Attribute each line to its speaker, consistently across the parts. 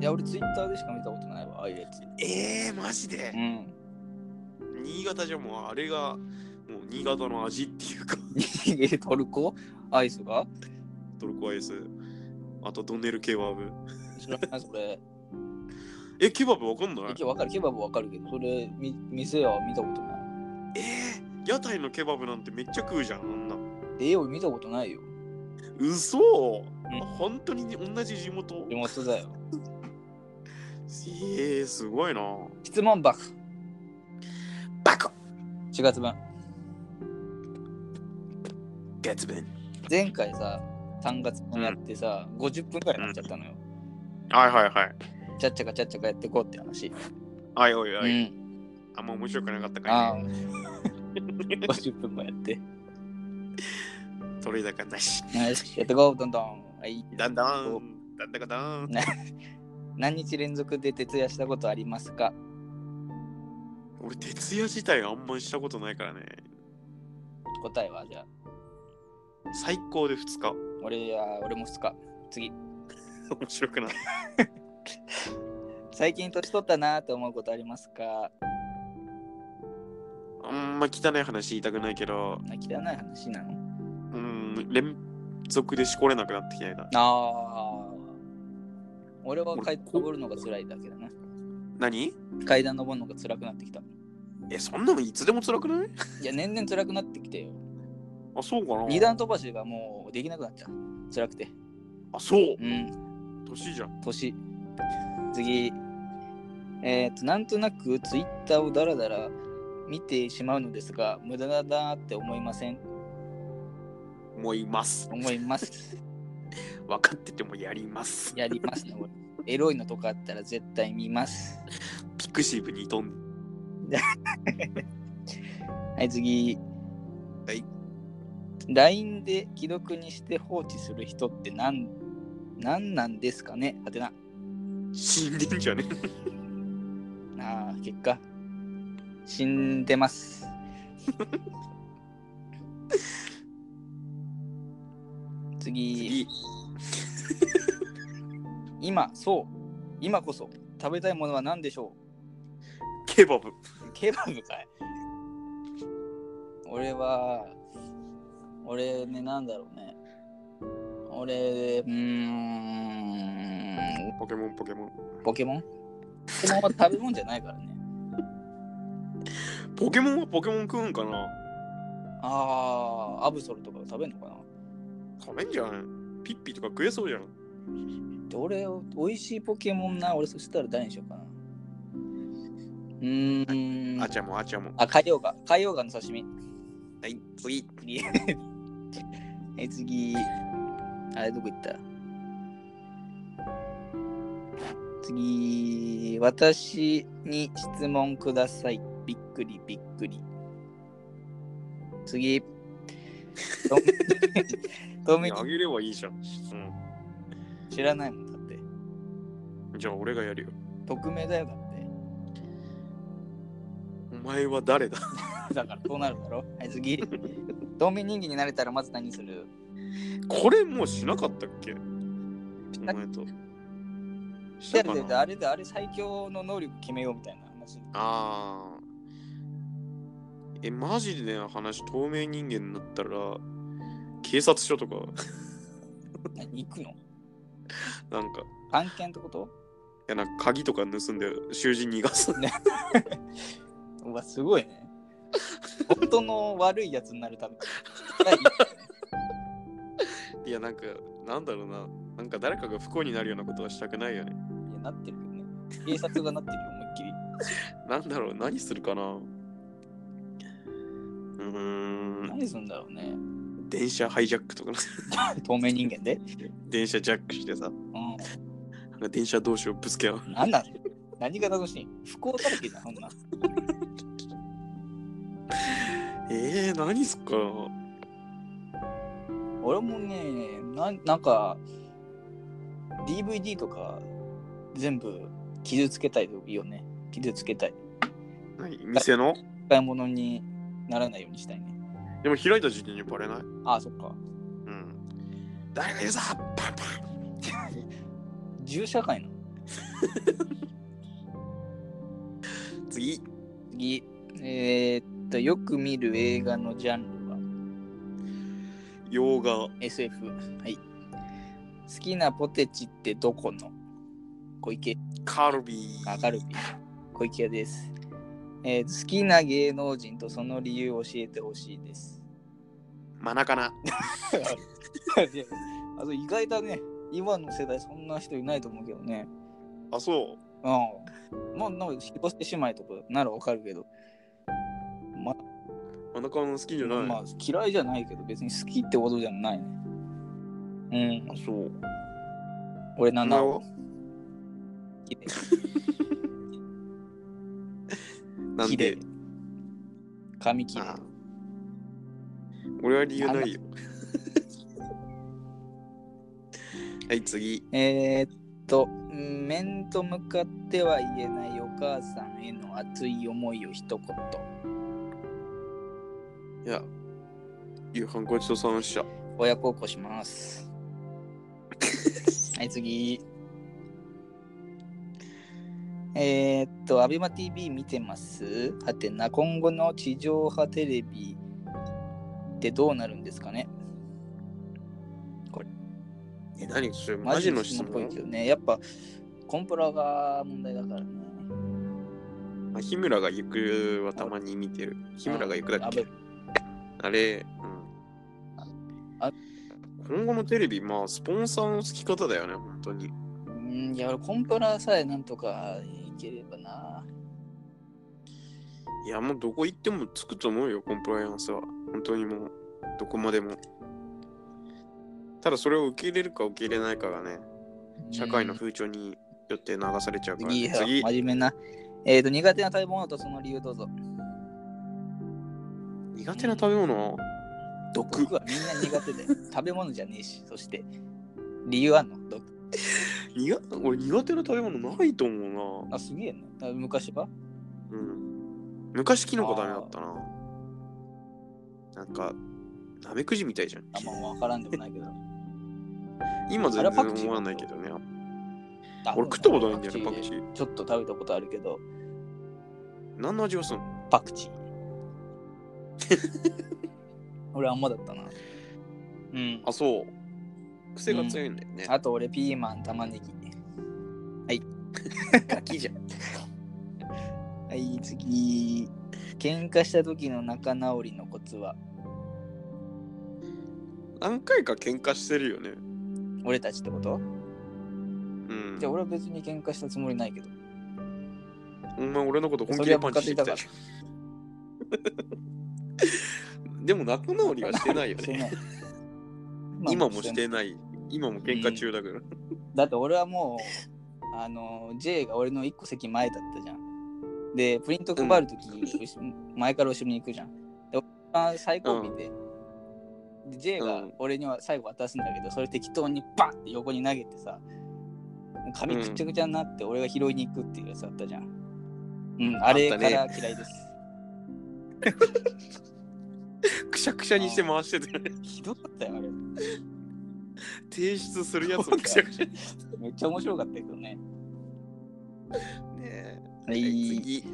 Speaker 1: や、俺ツイッターでしか見たことないわ、ああいうやつ。
Speaker 2: ええー、マジで
Speaker 1: うん。
Speaker 2: 新潟じゃもうあれがもう新潟の味っていうか
Speaker 1: えトルコアイスが
Speaker 2: トルコアイスあとドンネルケバブ
Speaker 1: 知らない、それ。
Speaker 2: えケバブわかんない
Speaker 1: 一応わかる、ケバブわかるけど、それ、み店は見たことない。
Speaker 2: えー、屋台のケバブなんてめっちゃ食うじゃんあんな
Speaker 1: ええ、俺見たことないよ。
Speaker 2: 嘘、
Speaker 1: ん
Speaker 2: 本当に同じ地元
Speaker 1: 地元だよ。
Speaker 2: ええー、すごいな
Speaker 1: 質問箱、
Speaker 2: バカ
Speaker 1: 4月分。
Speaker 2: 月分
Speaker 1: 前回さ、3月分やってさ、50分くらいになっちゃったのよ。
Speaker 2: はいはいはい
Speaker 1: ちゃっちゃかちゃっちゃかやってこうって話。
Speaker 2: はいおいうおい、
Speaker 1: ん。
Speaker 2: あんま面白くなかったから、
Speaker 1: ああ。50分もやって。
Speaker 2: 取れ高なし
Speaker 1: よしやってこう、どんどん。はい。
Speaker 2: だんだ
Speaker 1: お
Speaker 2: んだんだかだん
Speaker 1: 何日連続で徹夜したことありますか
Speaker 2: 俺徹夜自体あんまりしたことないからね
Speaker 1: 答えはじゃあ。
Speaker 2: 最高で2日
Speaker 1: 俺は、俺も2日。次。
Speaker 2: 面白くない
Speaker 1: 最近年取ったなーって思うことありますか
Speaker 2: あんま汚い話言いたくないけど
Speaker 1: あ汚い話なの
Speaker 2: うん連続でしこれなくなってきたいな
Speaker 1: ああ。俺は階段登るのが辛いだけだな。
Speaker 2: 何
Speaker 1: 階段登るのが辛くなってきた。い
Speaker 2: えそんなのいつでも辛くない
Speaker 1: や、年々辛くなってきてよ。
Speaker 2: あそうかな
Speaker 1: 二段飛ばしがもうできなくなっちゃう。辛くて。
Speaker 2: あそう
Speaker 1: うん。
Speaker 2: 年じゃん
Speaker 1: 年次えっ、となんとなくツイッターをダラダラ見てしまうのですが無駄だなって思いません
Speaker 2: 思います
Speaker 1: 思います
Speaker 2: 分かっててもやります
Speaker 1: やりますね俺エロいのとかあったら絶対見ます
Speaker 2: ピクシブに飛んで
Speaker 1: はい次
Speaker 2: はい
Speaker 1: LINE で既読にして放置する人ってなんなんなんですかねはてな
Speaker 2: 死んでんじゃね
Speaker 1: あー結果死んで ます次
Speaker 2: 次
Speaker 1: 今そう今こそ食べたいものは何でしょ
Speaker 2: ケバブ
Speaker 1: うケバブかい俺は俺ねなんだろうね俺うーん
Speaker 2: ポケモンポケモン
Speaker 1: ポケモンポケモンは食べ物じゃないからね
Speaker 2: ポケモンはポケモン食うんかな
Speaker 1: あーアブソルとか食べんのかな
Speaker 2: 食べんじゃないピッピとか食えそうじゃん
Speaker 1: どれを美味しいポケモンな俺そしたら誰にしようかなうーん
Speaker 2: あちゃもあちゃも
Speaker 1: あ海洋ガ海洋ガの刺身
Speaker 2: はい次
Speaker 1: 次え次あれどこ行った次私に質問くださいびっくりびっくり次ととめき
Speaker 2: あげればいいじゃん、う
Speaker 1: 知らないもんだって
Speaker 2: ん、じゃあ俺がやるよ
Speaker 1: 匿名だよだって
Speaker 2: お前は誰だ
Speaker 1: だからそうなるだろ。はい、次。透明人間になれたらまず何する
Speaker 2: これもうしなかったっけお前とし
Speaker 1: いや
Speaker 2: たか
Speaker 1: いやい
Speaker 2: な
Speaker 1: やあれであれ最強の能力決めようみたいな話。
Speaker 2: ああ。え、マジで話、透明人間になったら、警察署とか、
Speaker 1: 何行くの
Speaker 2: なんか、い
Speaker 1: 案件ってこと
Speaker 2: やなんか鍵とか盗んで、囚人逃がす。
Speaker 1: うわ、すごいね。本当の悪いやつになるため。はい
Speaker 2: いや、なんか、なんだろうな。なんか誰かが不幸になるようなことはしたくないよね。
Speaker 1: いや、なってるけどね。警察がなってるよ、思いっきり。
Speaker 2: なんだろう、何するかな。うーん、
Speaker 1: 何するんだろうね。
Speaker 2: 電車ハイジャックとか、
Speaker 1: 透明人間で。
Speaker 2: 電車ジャックしてさ、
Speaker 1: う
Speaker 2: なんか電車同士をぶつけ合う。
Speaker 1: ん。何なの何が楽しい不幸だらけじゃん、そんな。
Speaker 2: えー、何すっかな。
Speaker 1: 俺もねななんか DVD とか全部傷つけたいよね傷つけたい
Speaker 2: 何店の
Speaker 1: 買い物にならないようにしたいね
Speaker 2: でも開いた時点にバレない
Speaker 1: ああそっか
Speaker 2: うん。誰が言うさパンパン
Speaker 1: 銃社会なの
Speaker 2: 次。
Speaker 1: 次、えーっと、よく見る映画のジャンルは
Speaker 2: 洋画。
Speaker 1: SF。はい。好きなポテチってどこの小池、
Speaker 2: カルビー。
Speaker 1: あカルビー。小池屋です、えー好きな芸能人とその理由を教えてほしい です。
Speaker 2: マナカナ。
Speaker 1: あと意外だね。今の世代そんな人いないと思うけどね。
Speaker 2: あ、そう。
Speaker 1: うん。まあ、なんか、引っ越してしまいとかならわかるけど。ま
Speaker 2: マナカナ好きじゃない。
Speaker 1: まあ、嫌いじゃないけど、別に好きってことじゃないね。うん
Speaker 2: あ、。そう。
Speaker 1: 俺な
Speaker 2: お
Speaker 1: ん
Speaker 2: 前
Speaker 1: だ。 好きで
Speaker 2: はなん
Speaker 1: 綺
Speaker 2: で
Speaker 1: 麗。髪綺麗
Speaker 2: あ俺は理由ないよ。はい、次。
Speaker 1: えー、っとうん面と向かっては言えないお母さんへの熱い思いを一言
Speaker 2: いや、夕飯ごちそうさまでした。
Speaker 1: 親孝行しますはい次えー、っと ABEMATV 見てますはてな今後の地上波テレビってどうなるんですかね
Speaker 2: え、何それマジの質
Speaker 1: っぽい
Speaker 2: 問
Speaker 1: けどねやっぱコンプラが問題だからね
Speaker 2: まあ日村が行くはたまに見てる。日村が行くだっけあれ、うん。
Speaker 1: あ
Speaker 2: 今後のテレビ、まあ、スポンサーの付き方だよね、本当に。
Speaker 1: うん、いや、俺、コンプラさえなんとかいければな。
Speaker 2: いや、もうどこ行ってもつくと思うよ、コンプライアンスは。本当にもう、どこまでも。ただ、それを受け入れるか受け入れないかがね、社会の
Speaker 1: うん
Speaker 2: 風潮によって流されちゃうから、
Speaker 1: 次
Speaker 2: ね。
Speaker 1: は
Speaker 2: 次
Speaker 1: 真面目な。えっ、と、苦手な食べ物とその理由どうぞ。
Speaker 2: 苦手な食べ物は毒
Speaker 1: 毒はみんな苦 手で。食べ物じゃねえし、そして、理由あんの毒。
Speaker 2: 苦俺苦手な食べ物ないと思うな。
Speaker 1: あ、すげえな。あ昔は
Speaker 2: うん。昔キノコダメだったな。なんか、ナメクジみたいじゃん。
Speaker 1: あんまわからんでもないけ ど。
Speaker 2: 今
Speaker 1: あ
Speaker 2: 全
Speaker 1: れパクチー
Speaker 2: 然思わないけどね。
Speaker 1: あ
Speaker 2: 俺食ったことないんだよね、
Speaker 1: パク
Speaker 2: パク
Speaker 1: チ
Speaker 2: チ
Speaker 1: ー
Speaker 2: ー。
Speaker 1: でちょっと食べたことあるけど、
Speaker 2: 何の味がすんの
Speaker 1: パクチー。 俺、あんまだったな。うん。
Speaker 2: あ、そう。癖が強いんだよね。
Speaker 1: あと、俺、ピーマン、玉ねぎ。
Speaker 2: ガキじゃん。
Speaker 1: はい、次。喧嘩した時の仲直りのコツは
Speaker 2: 何回か喧嘩してるよね。
Speaker 1: 俺たちってこと
Speaker 2: うん。
Speaker 1: じゃあ俺は別に喧嘩したつもりない けど。
Speaker 2: お前俺のこと本気でパンチしてきたじゃん
Speaker 1: そ
Speaker 2: でも仲直りはしてないよ
Speaker 1: して
Speaker 2: ね。
Speaker 1: ない
Speaker 2: 今もしてない。今も喧嘩中だから。
Speaker 1: だって俺はもう、あの、J が俺の1個席前だったじゃん。で、プリント配るとき、前から後ろに行くじゃん。で、俺は最後尾で、で J が俺には最後渡すんだけど、それ適当にバンって横に投げてさ、髪くちゃくちゃになって俺が拾いに行くっていうやつあったじゃん。うん、あれから嫌いです。
Speaker 2: くしゃくしゃにして回してて、
Speaker 1: ひどかったよ、あれ。
Speaker 2: 提出するやつもくしゃくしゃにし
Speaker 1: めっちゃ面白かったけどね。
Speaker 2: てね。
Speaker 1: は
Speaker 2: はい
Speaker 1: い。
Speaker 2: 次。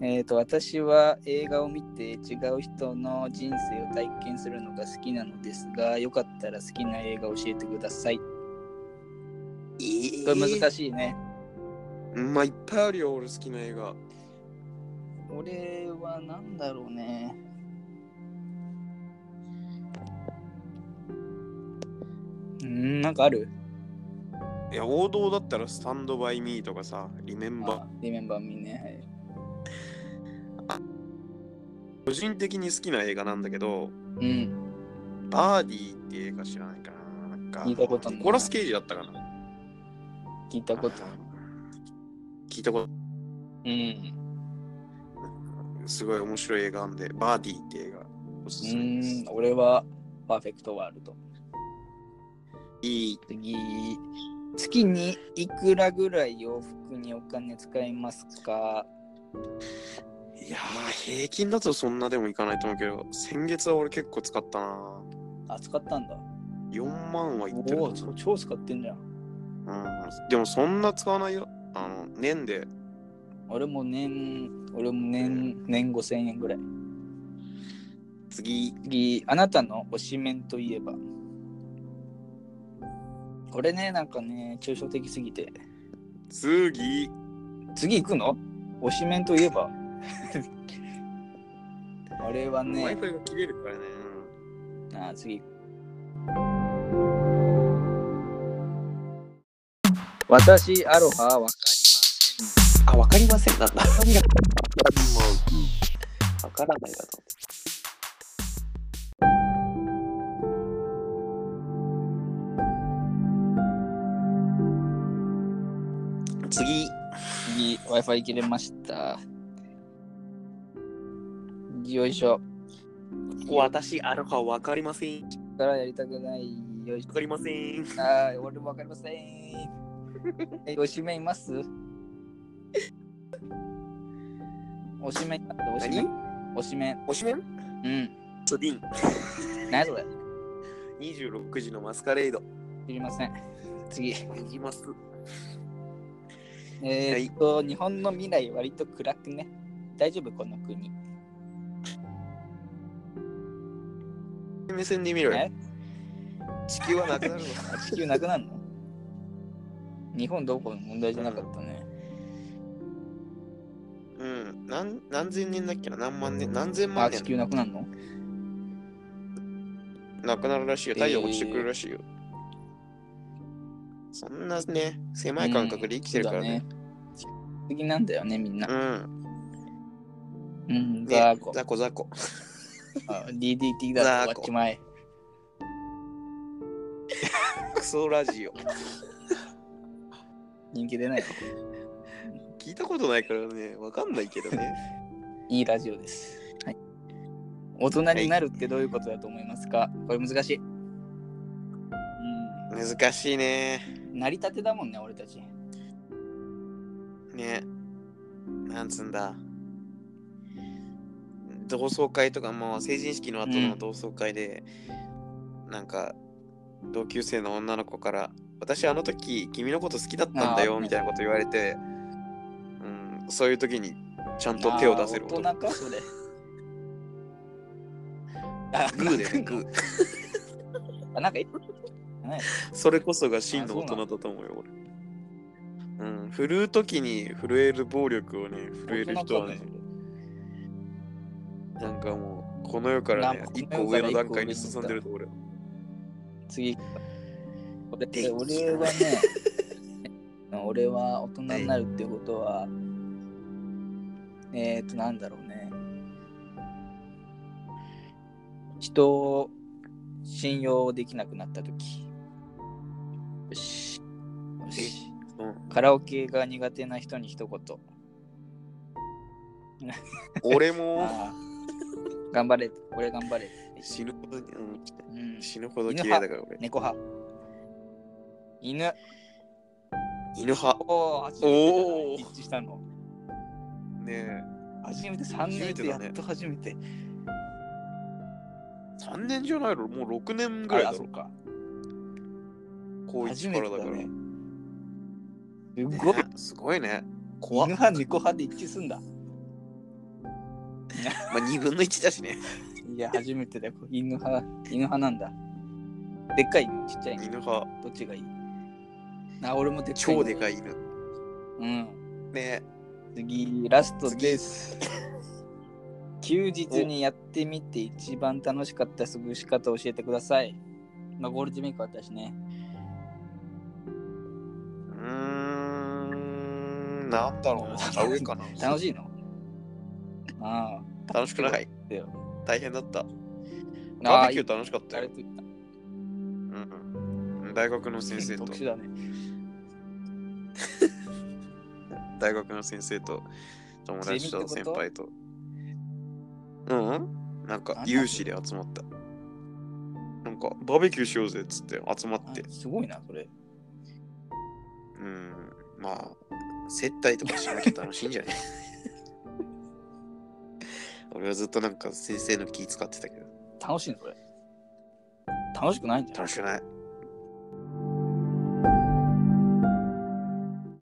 Speaker 1: えー、と私は映画を見て違う人の人生を体験するのが好きなのですがよかったら好きな映画を教えてください。これ難
Speaker 2: し
Speaker 1: しいね。
Speaker 2: い。まあ、いっぱいあるよ、俺好きな映画。
Speaker 1: 俺はなんだろうね。うーんなんかある
Speaker 2: いや、王道だったら、スタンドバイミーとかさ、リメンバー。
Speaker 1: リメンバーミーね。
Speaker 2: 個人的に好きな映画なんだけど、
Speaker 1: はい、うん。
Speaker 2: バーディーって映画知らないかな。なんか、
Speaker 1: 聞いたことない
Speaker 2: ニコラス・ケイジだったかな。
Speaker 1: 聞いたことある。
Speaker 2: 聞いたこと
Speaker 1: うん。
Speaker 2: すごい面白い映画なんで、バーディーって映画。おす
Speaker 1: う
Speaker 2: すめです
Speaker 1: ーん。俺はパーフェクトワールド。
Speaker 2: いい。
Speaker 1: 次月にいくらぐらい洋服にお金使いますか
Speaker 2: いやー、平均だとそんなでもいかないと思うけど、先月は俺結構使ったな。
Speaker 1: あ使ったんだ
Speaker 2: 4万はいってる
Speaker 1: お
Speaker 2: と
Speaker 1: お
Speaker 2: 思う
Speaker 1: 超使ってんじゃん
Speaker 2: うん、でもそんな使わないよあの年で
Speaker 1: 俺も年、俺も年、年5000円ぐらい。
Speaker 2: 次
Speaker 1: 次、あなたの推しメンといえば。これね、なんかね、抽象的すぎて。
Speaker 2: 次
Speaker 1: 次行くの推しメンといえ ば。あれはね、
Speaker 2: Wi-Fi が切れるからね、
Speaker 1: あ次。私、アロハ、わか
Speaker 3: あ、わかりません。なんだ。わかりまわからないだと。
Speaker 2: うん、次
Speaker 1: 次、Wi-Fi 切れました。よいしょ。
Speaker 3: 私、アロハわかりません。
Speaker 1: からやりたくない。よいし
Speaker 3: わかりません。
Speaker 1: ょ。あー俺もわかりません。え、おしめ いますおしめいますおしめ
Speaker 2: 何
Speaker 1: おしめ。
Speaker 2: おしめん
Speaker 1: うん。
Speaker 3: トディン。
Speaker 1: 何それ
Speaker 3: 26時のマスカレード。
Speaker 1: 知りません。次。
Speaker 3: いきます。
Speaker 1: えーっと、日本の未来割と暗くね。大丈夫この国。
Speaker 2: 目線で見ろよ
Speaker 1: え
Speaker 2: 地球はなくなるの
Speaker 1: あ地球なくなるの日本どうこうの問題じゃなかったね。
Speaker 2: うん何何千年だっけな何万年何千
Speaker 1: あ、
Speaker 2: 万
Speaker 1: 地
Speaker 2: 年
Speaker 1: 球なくなるの
Speaker 2: なくなるらしいよ
Speaker 1: えー
Speaker 2: 太陽落ちてくるらしいよ、そんなね狭い感覚で生きてるからね,、
Speaker 1: そうだね。次なんだよね、みんな
Speaker 2: う。ん
Speaker 1: うん、
Speaker 2: ね
Speaker 1: ザーコ。
Speaker 2: ザコザコ
Speaker 1: あ DDT だ
Speaker 2: ザ
Speaker 1: 終
Speaker 2: ーコ
Speaker 1: わっちまえ。
Speaker 2: クソラジオ
Speaker 1: 人気出ない。
Speaker 2: 聞いたことないからねわかんないけどね
Speaker 1: いいラジオです。はい。大人になるってどういうことだと思いますかこれ難しい。う
Speaker 2: 難しいね
Speaker 1: ん。成り立てだもんね、俺たち。
Speaker 2: ねなんつうんだ同窓会とかもう成人式の後の同窓会で、なんか同級生の女の子から「私あの時君のこと好きだったんだ
Speaker 1: あ
Speaker 2: よ」
Speaker 1: ー
Speaker 2: みたいなこと言われて、うん、そういう時にちゃんと手を出せる
Speaker 1: あー大人か、そ れ。あ
Speaker 2: グーでね
Speaker 1: 泣くの
Speaker 2: グ
Speaker 1: あ、なんかいい。ね
Speaker 2: それこそが真の大人だと思うよ俺うん振るう時に震える暴力をね震える人はねなんかもうこの世からね
Speaker 1: なんか
Speaker 2: 一個上の段階に進んでると俺は
Speaker 1: 次。俺
Speaker 2: で
Speaker 1: 俺はね、 俺は大人になるってことは、えっ、ー、と、なんだろうね。人を信用できなくなったとき。よし。よし。
Speaker 2: うん
Speaker 1: カラオケが苦手な人に一言。
Speaker 2: 俺も
Speaker 1: あー頑張れ。俺頑張れ。
Speaker 2: 死ぬほどに、うん
Speaker 1: うん、
Speaker 2: 死ぬほど綺麗だから俺。
Speaker 1: 猫派。犬。
Speaker 2: 犬派。
Speaker 1: おお、初
Speaker 2: お
Speaker 1: め
Speaker 2: ー
Speaker 1: て一致したの。
Speaker 2: ね
Speaker 1: 初めて3年
Speaker 2: 初め
Speaker 1: で
Speaker 2: て
Speaker 1: やっ
Speaker 2: だね
Speaker 1: と初めて。
Speaker 2: え、3年じゃないのもう6年ぐ
Speaker 1: あ
Speaker 2: ら
Speaker 1: れ、
Speaker 2: いだ
Speaker 1: あそ
Speaker 2: ろ
Speaker 1: っ。か。
Speaker 2: 高
Speaker 1: 初
Speaker 2: 一
Speaker 1: め
Speaker 2: か
Speaker 1: て
Speaker 2: らだ
Speaker 1: だ
Speaker 2: から。
Speaker 1: ねす
Speaker 2: ね。
Speaker 1: ごい。
Speaker 2: すごいね。
Speaker 1: 犬派、猫派で一致すんだ。
Speaker 2: まあ、2分の1だしね。
Speaker 1: いや、初めてだよ。犬派、犬派なんだ。でっかい犬、ちっちゃい犬、
Speaker 2: 犬派。
Speaker 1: どっちがいいあ、俺もでっかい犬。
Speaker 2: 超でかい犬。
Speaker 1: うん。
Speaker 2: ね
Speaker 1: 次、ラストです。休日にやってみて一番楽しかった過ごし方を教えてください。まあ、ゴールデンウィークあったしね。
Speaker 2: うーん。なんだろうな。田植えかな。
Speaker 1: 楽しい のあ
Speaker 2: 楽しくない
Speaker 1: だよ。
Speaker 2: 大変だった。
Speaker 1: あ。
Speaker 2: バーベ
Speaker 1: あ
Speaker 2: キュー楽しかっ
Speaker 1: ーあ
Speaker 2: た
Speaker 1: れ
Speaker 2: よ。
Speaker 1: と言った
Speaker 2: うん。大学の先生と
Speaker 1: 特、殊だね。
Speaker 2: 大学の先生と、友達と
Speaker 1: ゼミって
Speaker 2: 先
Speaker 1: こと
Speaker 2: 輩と。うんうん。なんか、有志で集まった。なんか、バーベキューしようぜっつって集まって
Speaker 1: あ。すごいな、それ。
Speaker 2: うん、まあ、接待とかしなきゃ楽しいんじゃない俺はずっとなんか先生の気使ってたけど、
Speaker 1: 楽しいの、それ。楽しくないんじゃない
Speaker 2: 楽しくない。